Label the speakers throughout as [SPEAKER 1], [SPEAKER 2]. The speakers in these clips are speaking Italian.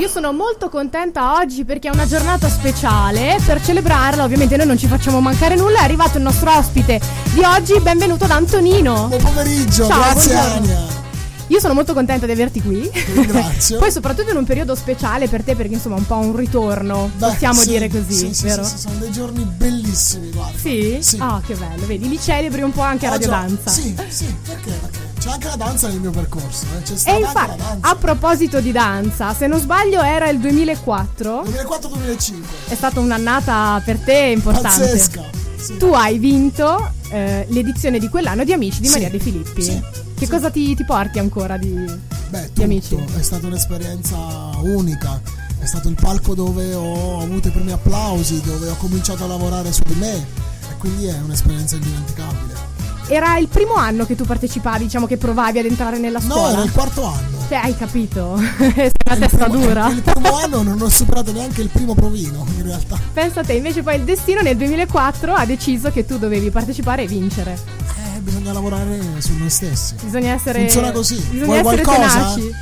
[SPEAKER 1] Io sono molto contenta oggi perché è una giornata speciale. Per celebrarla, ovviamente, noi non ci facciamo mancare nulla. È arrivato il nostro ospite di oggi. Benvenuto ad Antonino.
[SPEAKER 2] Buon pomeriggio,
[SPEAKER 1] Ciao,
[SPEAKER 2] grazie
[SPEAKER 1] buongiorno.
[SPEAKER 2] Ania.
[SPEAKER 1] Io sono molto contenta di averti qui.
[SPEAKER 2] Ringrazio.
[SPEAKER 1] Poi, soprattutto in un periodo speciale per te, perché insomma è un po' un ritorno,
[SPEAKER 2] Beh,
[SPEAKER 1] possiamo
[SPEAKER 2] sì,
[SPEAKER 1] dire così,
[SPEAKER 2] sì, sì,
[SPEAKER 1] vero?
[SPEAKER 2] sì, sì, sono dei giorni bellissimi, guarda.
[SPEAKER 1] Sì?
[SPEAKER 2] Sì.
[SPEAKER 1] Ah, che bello, vedi, li celebri un po' anche a
[SPEAKER 2] Oggi-
[SPEAKER 1] Radio Danza.
[SPEAKER 2] Sì, sì, perché? Perché c'è anche la danza nel mio percorso, eh? c'è
[SPEAKER 1] E
[SPEAKER 2] stata anche
[SPEAKER 1] infatti,
[SPEAKER 2] la danza.
[SPEAKER 1] a proposito di danza, se non sbaglio era il 2004,
[SPEAKER 2] 2004-2005.
[SPEAKER 1] è stata un'annata per te importante.
[SPEAKER 2] Pazzesca. Sì.
[SPEAKER 1] Tu hai vinto eh, l'edizione di quell'anno di Amici di
[SPEAKER 2] Sì,
[SPEAKER 1] Maria De Filippi.
[SPEAKER 2] sì,
[SPEAKER 1] Che
[SPEAKER 2] sì.
[SPEAKER 1] cosa ti, ti porti ancora di...
[SPEAKER 2] Beh,
[SPEAKER 1] gli amici.
[SPEAKER 2] tutto. È stata un'esperienza unica. È stato il palco dove ho avuto i primi applausi, dove ho cominciato a lavorare su di me. E quindi è un'esperienza indimenticabile.
[SPEAKER 1] Era il primo anno che tu partecipavi, diciamo che provavi ad entrare nella
[SPEAKER 2] No,
[SPEAKER 1] scuola?
[SPEAKER 2] era il quarto anno.
[SPEAKER 1] Cioè, hai capito? Sei una testa
[SPEAKER 2] primo-
[SPEAKER 1] dura.
[SPEAKER 2] Il primo anno non ho superato neanche il primo provino, in realtà.
[SPEAKER 1] Pensa te, invece poi il destino nel 2004 ha deciso che tu dovevi partecipare e vincere.
[SPEAKER 2] Eh, bisogna lavorare su noi stessi.
[SPEAKER 1] Bisogna essere
[SPEAKER 2] Funziona così.
[SPEAKER 1] Bisogna
[SPEAKER 2] Vuoi
[SPEAKER 1] essere
[SPEAKER 2] qualcosa?
[SPEAKER 1] tenaci.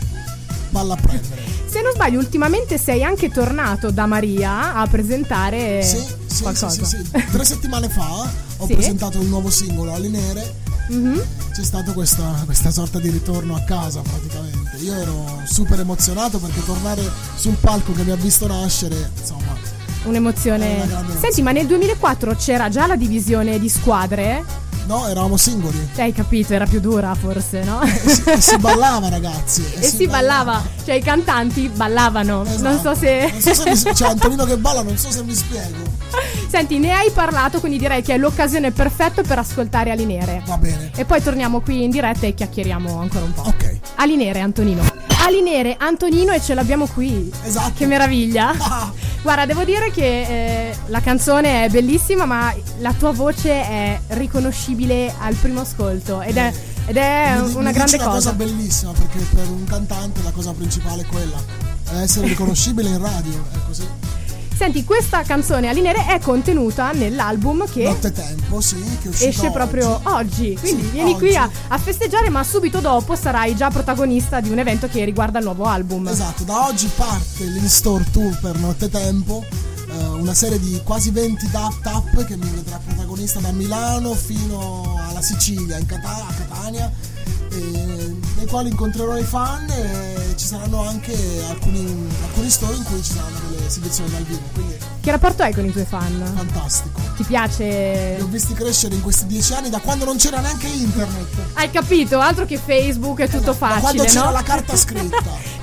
[SPEAKER 2] Balla a prendere.
[SPEAKER 1] Se non sbaglio, ultimamente sei anche tornato da Maria a presentare
[SPEAKER 2] Sì, sì, sì,
[SPEAKER 1] Eh, qualcosa.
[SPEAKER 2] sì, sì. Tre settimane fa ho
[SPEAKER 1] Sì.
[SPEAKER 2] presentato un nuovo singolo alle nere.
[SPEAKER 1] Mhm.
[SPEAKER 2] C'è stata questa, questa sorta di ritorno a casa praticamente. Io ero super emozionato perché tornare sul palco che mi ha visto nascere, insomma, È una
[SPEAKER 1] Un'emozione.
[SPEAKER 2] grande
[SPEAKER 1] Senti, ma nel 2004 c'era già la divisione di squadre?
[SPEAKER 2] no, eravamo singoli.
[SPEAKER 1] Te hai capito, era più dura forse, no?
[SPEAKER 2] E si, e si ballava ragazzi.
[SPEAKER 1] E si ballava, cioè i cantanti ballavano.
[SPEAKER 2] Esatto.
[SPEAKER 1] Non so se.
[SPEAKER 2] Non so se mi- cioè, Antonino che balla, non so se mi spiego.
[SPEAKER 1] Senti, ne hai parlato, quindi direi che è l'occasione perfetta per ascoltare Alinere.
[SPEAKER 2] Va bene.
[SPEAKER 1] E poi torniamo qui in diretta e chiacchieriamo ancora un po'.
[SPEAKER 2] Ok,
[SPEAKER 1] Alinere, Antonino. Alinere, Antonino e ce l'abbiamo qui.
[SPEAKER 2] esatto.
[SPEAKER 1] Che meraviglia!
[SPEAKER 2] Ah,
[SPEAKER 1] Guarda, devo dire che eh, la canzone è bellissima, ma la tua voce è riconoscibile al primo ascolto ed è, ed è
[SPEAKER 2] mi- mi
[SPEAKER 1] una
[SPEAKER 2] dici
[SPEAKER 1] grande
[SPEAKER 2] una cosa
[SPEAKER 1] cosa.
[SPEAKER 2] bellissima perché per un cantante la cosa principale è quella. È essere riconoscibile in radio, è così.
[SPEAKER 1] Senti, questa canzone Alinere è contenuta nell'album che
[SPEAKER 2] Nottetempo, sì, che è uscito
[SPEAKER 1] esce proprio oh,
[SPEAKER 2] oggi.
[SPEAKER 1] oggi. Quindi
[SPEAKER 2] Sì,
[SPEAKER 1] vieni
[SPEAKER 2] oggi.
[SPEAKER 1] qui a, a festeggiare, ma subito dopo sarai già protagonista di un evento che riguarda il nuovo album.
[SPEAKER 2] Esatto, da oggi parte l'in-store tour per Nottetempo, eh, una serie di quasi 20 tap tap che mi vedrà protagonista da Milano fino alla Sicilia, in Cata- a Catania, eh, nei quali incontrerò i fan e ci saranno anche alcuni, alcuni store in cui ci saranno delle esibizioni dal vivo, quindi
[SPEAKER 1] Che rapporto hai con i tuoi fan?
[SPEAKER 2] fantastico.
[SPEAKER 1] Ti
[SPEAKER 2] Li ho
[SPEAKER 1] piace?
[SPEAKER 2] visti crescere in questi dieci anni da quando non c'era neanche internet.
[SPEAKER 1] Hai capito? Altro che Facebook è tutto
[SPEAKER 2] Eh Da quando
[SPEAKER 1] facile,
[SPEAKER 2] c'era
[SPEAKER 1] no?
[SPEAKER 2] la carta scritta.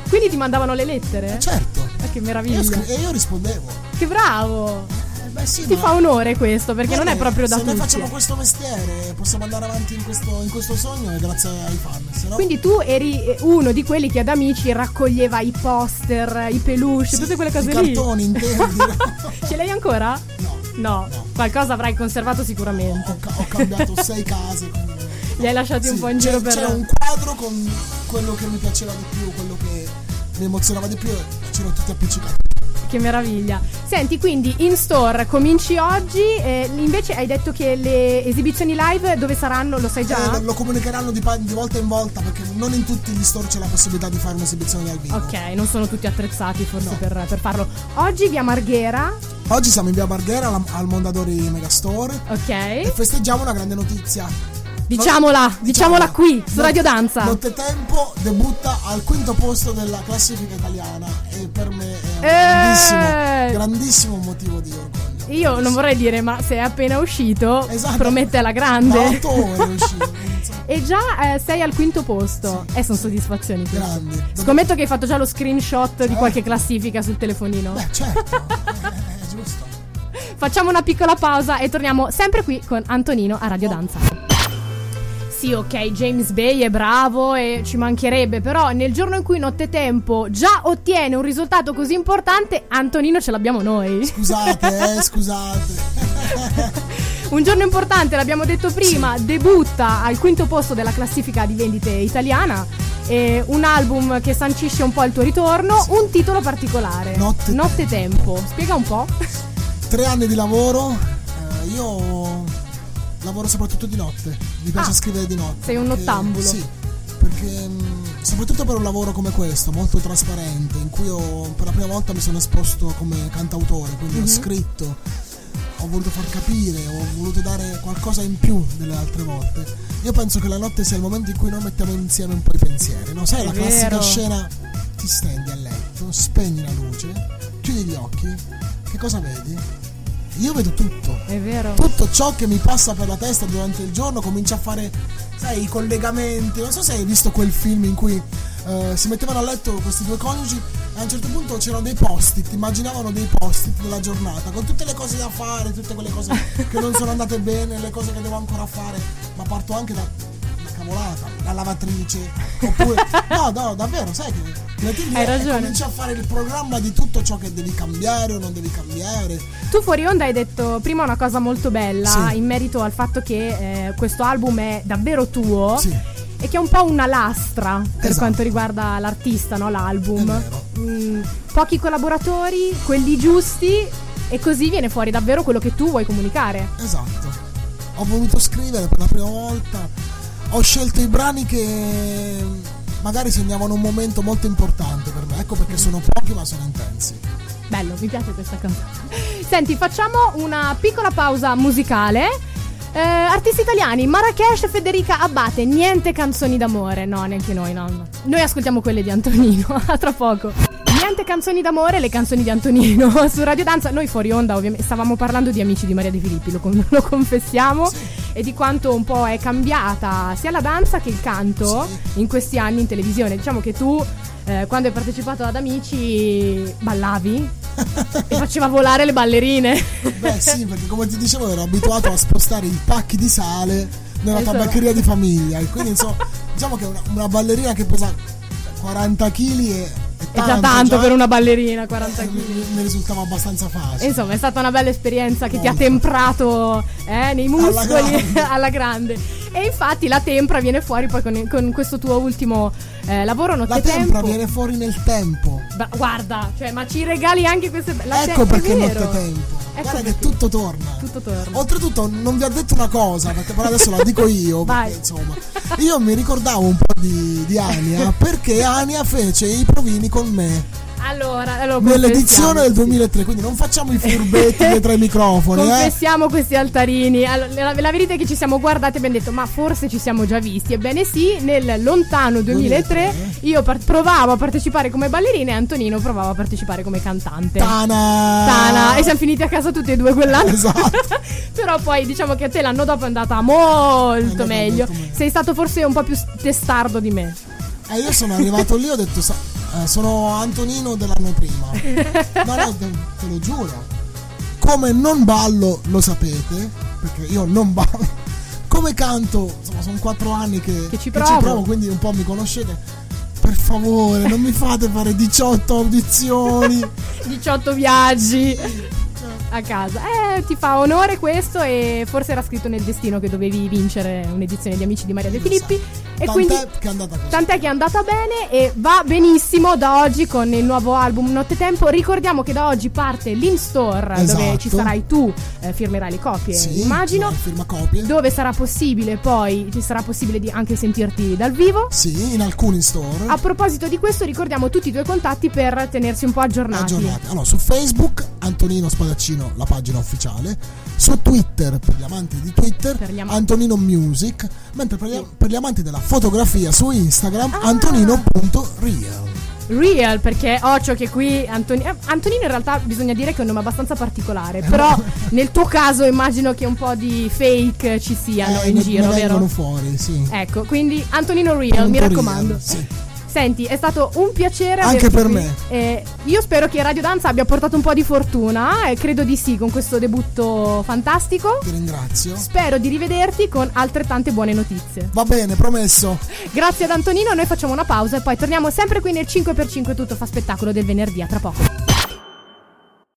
[SPEAKER 1] Quindi ti mandavano le lettere?
[SPEAKER 2] certo.
[SPEAKER 1] Ah, che meraviglia!
[SPEAKER 2] Io scri- e io rispondevo.
[SPEAKER 1] Che bravo!
[SPEAKER 2] Eh, beh, sì,
[SPEAKER 1] Ti
[SPEAKER 2] ma-
[SPEAKER 1] fa onore questo, perché non è
[SPEAKER 2] Guarda,
[SPEAKER 1] proprio da
[SPEAKER 2] Se noi
[SPEAKER 1] tutti.
[SPEAKER 2] facciamo questo mestiere possiamo andare avanti in questo, in questo sogno è grazie ai fan. Se no,
[SPEAKER 1] Quindi tu eri eh, uno di quelli che ad amici raccoglieva i poster, i peluche,
[SPEAKER 2] sì,
[SPEAKER 1] tutte quelle cose
[SPEAKER 2] i
[SPEAKER 1] lì.
[SPEAKER 2] cartoni interi. no,
[SPEAKER 1] Ce l'hai ancora? No,
[SPEAKER 2] No.
[SPEAKER 1] qualcosa avrai conservato sicuramente.
[SPEAKER 2] ho, ca- ho cambiato sei case. quindi-
[SPEAKER 1] Li hai lasciati un
[SPEAKER 2] Sì,
[SPEAKER 1] po' in
[SPEAKER 2] c'è,
[SPEAKER 1] giro per.
[SPEAKER 2] c'è un quadro con quello che mi piaceva di più, quello che mi emozionava di più, e c'erano tutti appiccicati.
[SPEAKER 1] Che meraviglia. Senti, quindi in store cominci oggi. eh, invece hai detto che le esibizioni live dove saranno, lo sai già?
[SPEAKER 2] Eh, lo comunicheranno di, pa- di volta in volta perché non in tutti gli store c'è la possibilità di fare un'esibizione dal vivo.
[SPEAKER 1] Ok, non sono tutti attrezzati forse
[SPEAKER 2] No.
[SPEAKER 1] per, per farlo. Oggi via Marghera,
[SPEAKER 2] Oggi siamo in via Marghera alla- al Mondadori Megastore e
[SPEAKER 1] ok?
[SPEAKER 2] festeggiamo una grande notizia.
[SPEAKER 1] Diciamola, diciamola qui, su
[SPEAKER 2] Not-
[SPEAKER 1] Radio Danza.
[SPEAKER 2] Nottetempo debutta al quinto posto della classifica italiana e per me è un
[SPEAKER 1] Eh.
[SPEAKER 2] grandissimo, grandissimo motivo di orgoglio.
[SPEAKER 1] Io non vorrei dire, ma se è appena uscito,
[SPEAKER 2] Esatto.
[SPEAKER 1] promette alla
[SPEAKER 2] Da
[SPEAKER 1] grande.
[SPEAKER 2] otto ore è uscito, insomma,
[SPEAKER 1] E già eh, sei al quinto posto. Eh, sono soddisfazioni. queste.
[SPEAKER 2] grandi.
[SPEAKER 1] Scommetto che hai fatto già lo screenshot di
[SPEAKER 2] Certo.
[SPEAKER 1] qualche classifica sul telefonino.
[SPEAKER 2] Beh, certo, è, è giusto.
[SPEAKER 1] Facciamo una piccola pausa e torniamo sempre qui con Antonino a
[SPEAKER 2] Oh.
[SPEAKER 1] Radio Danza. Sì, ok, James Bay è bravo e ci mancherebbe, però nel giorno in cui Nottetempo già ottiene un risultato così importante, Antonino ce l'abbiamo noi.
[SPEAKER 2] Scusate, eh, scusate.
[SPEAKER 1] Un giorno importante, l'abbiamo detto prima, debutta al quinto posto della classifica di vendite italiana. E un album che sancisce un po' il tuo ritorno, un titolo particolare.
[SPEAKER 2] Notte-
[SPEAKER 1] Tempo. Spiega un po'.
[SPEAKER 2] Tre anni di lavoro, eh, io lavoro soprattutto di notte, mi piace
[SPEAKER 1] Ah,
[SPEAKER 2] scrivere di notte.
[SPEAKER 1] sei un
[SPEAKER 2] perché-
[SPEAKER 1] nottambulo.
[SPEAKER 2] Sì, perché mh, sono soprattutto per un lavoro come questo, molto trasparente, in cui io per la prima volta mi sono esposto come cantautore, quindi
[SPEAKER 1] Mhm.
[SPEAKER 2] ho scritto, ho voluto far capire, ho voluto dare qualcosa in più delle altre volte. Io penso che la notte sia il momento in cui noi mettiamo insieme un po' i pensieri, no? Sai
[SPEAKER 1] È
[SPEAKER 2] la classica
[SPEAKER 1] vero.
[SPEAKER 2] scena, ti stendi a letto, spegni la luce, chiudi gli occhi, che cosa vedi? Io vedo tutto
[SPEAKER 1] È vero.
[SPEAKER 2] tutto ciò che mi passa per la testa durante il giorno comincia a fare sai i collegamenti non so se hai visto quel film in cui eh, si mettevano a letto questi due coniugi e a un certo punto c'erano dei post-it immaginavano dei post-it della giornata con tutte le cose da fare tutte quelle cose che non sono andate bene le cose che devo ancora fare ma parto anche da una cavolata la lavatrice oppure no no davvero sai che metti lì
[SPEAKER 1] Hai
[SPEAKER 2] e
[SPEAKER 1] ragione.
[SPEAKER 2] cominci a fare il programma di tutto ciò che devi cambiare o non devi cambiare
[SPEAKER 1] Tu fuori onda hai detto prima una cosa molto bella
[SPEAKER 2] Sì.
[SPEAKER 1] in merito al fatto che eh, questo album è davvero tuo
[SPEAKER 2] sì
[SPEAKER 1] e che è un po' una lastra per
[SPEAKER 2] Esatto.
[SPEAKER 1] quanto riguarda l'artista, no? l'album.
[SPEAKER 2] È vero.
[SPEAKER 1] Mm, pochi collaboratori, quelli giusti e così viene fuori davvero quello che tu vuoi comunicare.
[SPEAKER 2] Esatto. Ho voluto scrivere per la prima volta. Ho scelto i brani che magari segnavano un momento molto importante per me. Ecco perché sono pochi ma sono intensi.
[SPEAKER 1] Bello, mi piace questa canzone. Senti, facciamo una piccola pausa musicale. Eh, artisti italiani, Marrakesh, Federica Abbate, niente canzoni d'amore, no, neanche noi, no. no. Noi ascoltiamo quelle di Antonino, a tra poco. Niente canzoni d'amore, le canzoni di Antonino su Radio Danza. Noi fuori onda, ovviamente, stavamo parlando di Amici di Maria De Filippi, lo, con- lo confessiamo, e di quanto un po' è cambiata sia la danza che il canto in questi anni in televisione. Diciamo che tu, eh, quando hai partecipato ad Amici, ballavi e faceva volare le ballerine.
[SPEAKER 2] Beh sì, perché come ti dicevo ero abituato a spostare i pacchi di sale nella
[SPEAKER 1] Esatto.
[SPEAKER 2] tabaccheria di famiglia. E quindi insomma, diciamo che una, una ballerina che pesa 40 kg è, è
[SPEAKER 1] È già tanto
[SPEAKER 2] già.
[SPEAKER 1] per una Esatto, ballerina, 40
[SPEAKER 2] Eh, mi,
[SPEAKER 1] kg.
[SPEAKER 2] mi- mi risultava abbastanza facile.
[SPEAKER 1] Insomma, è stata una bella esperienza che ti ha
[SPEAKER 2] Molto.
[SPEAKER 1] temprato eh, nei muscoli
[SPEAKER 2] grande.
[SPEAKER 1] alla grande. E infatti la tempra viene fuori poi con, con questo tuo ultimo eh, lavoro
[SPEAKER 2] La
[SPEAKER 1] nottetempo.
[SPEAKER 2] tempra viene fuori nel tempo.
[SPEAKER 1] Bra- guarda, cioè, ma ci regali anche queste be- la te-
[SPEAKER 2] ecco
[SPEAKER 1] è
[SPEAKER 2] perché
[SPEAKER 1] vero.
[SPEAKER 2] nottetempo.
[SPEAKER 1] Ecco
[SPEAKER 2] Guarda che
[SPEAKER 1] perché.
[SPEAKER 2] tutto torna.
[SPEAKER 1] Tutto torna.
[SPEAKER 2] Oltretutto non vi ho detto una cosa, perché però adesso la dico io,
[SPEAKER 1] Vai.
[SPEAKER 2] perché, insomma. Io mi ricordavo un po' di, di Ania perché Ania fece i provini con me
[SPEAKER 1] Allora, allora
[SPEAKER 2] nell'edizione del
[SPEAKER 1] confessiamo.
[SPEAKER 2] 2003, quindi non facciamo i furbetti dietro ai microfoni, eh.
[SPEAKER 1] Confessiamo questi altarini. Allora, la, la verità è che ci siamo guardati e abbiamo detto: Ma forse ci siamo già visti. Ebbene sì, nel lontano 2003
[SPEAKER 2] 2003.
[SPEAKER 1] io par- provavo a partecipare come ballerina e Antonino provava a partecipare come cantante.
[SPEAKER 2] Tana.
[SPEAKER 1] Tana. E siamo finiti a casa tutti e due quell'anno.
[SPEAKER 2] Esatto.
[SPEAKER 1] Però poi diciamo che a te l'anno dopo è andata molto
[SPEAKER 2] andata
[SPEAKER 1] meglio.
[SPEAKER 2] molto meglio.
[SPEAKER 1] Sei stato forse un po' più s- testardo di me.
[SPEAKER 2] E Eh, io sono arrivato lì e ho detto "Sa- eh, sono Antonino dell'anno prima. No, no, te, te lo giuro. Come non ballo lo sapete, perché io non ballo. Come canto, insomma, sono quattro anni che,
[SPEAKER 1] Che ci
[SPEAKER 2] che
[SPEAKER 1] provo.
[SPEAKER 2] quindi un po' mi conoscete. Per favore, non mi fate fare 18 audizioni.
[SPEAKER 1] 18 viaggi a casa. Eh, ti fa onore questo e forse era scritto nel destino che dovevi vincere un'edizione di Amici di Maria De Filippi. E
[SPEAKER 2] Tant'è
[SPEAKER 1] quindi...
[SPEAKER 2] che è andata così.
[SPEAKER 1] Tant'è che è andata bene e va benissimo da oggi con il nuovo album Nottetempo. Ricordiamo che da oggi parte l'in-store dove
[SPEAKER 2] Esatto.
[SPEAKER 1] ci sarai tu, eh, firmerai le copie,
[SPEAKER 2] Sì,
[SPEAKER 1] immagino.
[SPEAKER 2] Firma copie.
[SPEAKER 1] Dove sarà possibile poi, ci sarà possibile di- anche sentirti dal vivo.
[SPEAKER 2] sì, in alcuni store.
[SPEAKER 1] A proposito di questo ricordiamo tutti i tuoi contatti per tenersi un po' aggiornati.
[SPEAKER 2] aggiornate. Allora, su Facebook Antonino Spadaccino, la pagina ufficiale, su Twitter per gli amanti di Twitter
[SPEAKER 1] Per gli amanti.
[SPEAKER 2] Antonino Music, mentre per gli, per gli amanti della fotografia su Instagram
[SPEAKER 1] Ah.
[SPEAKER 2] antonino.real.
[SPEAKER 1] Real perché Ocio che qui Antoni- eh, Antonino in realtà bisogna dire che è un nome abbastanza particolare, però nel tuo caso immagino che un po' di fake ci siano
[SPEAKER 2] Eh,
[SPEAKER 1] in
[SPEAKER 2] ne-
[SPEAKER 1] giro,
[SPEAKER 2] ne vengono
[SPEAKER 1] vero?
[SPEAKER 2] fuori, sì.
[SPEAKER 1] Ecco, quindi Antonino Real,
[SPEAKER 2] Punto
[SPEAKER 1] mi raccomando.
[SPEAKER 2] Real, sì.
[SPEAKER 1] Senti, è stato un piacere
[SPEAKER 2] Anche
[SPEAKER 1] averti
[SPEAKER 2] per
[SPEAKER 1] qui.
[SPEAKER 2] me.
[SPEAKER 1] Eh, io spero che Radio Danza abbia portato un po' di fortuna e credo di sì con questo debutto fantastico.
[SPEAKER 2] Ti ringrazio.
[SPEAKER 1] Spero di rivederti con altrettante buone notizie.
[SPEAKER 2] Va bene, promesso.
[SPEAKER 1] Grazie ad Antonino, noi facciamo una pausa e poi torniamo sempre qui nel 5x5 tutto fa spettacolo del venerdì a tra poco.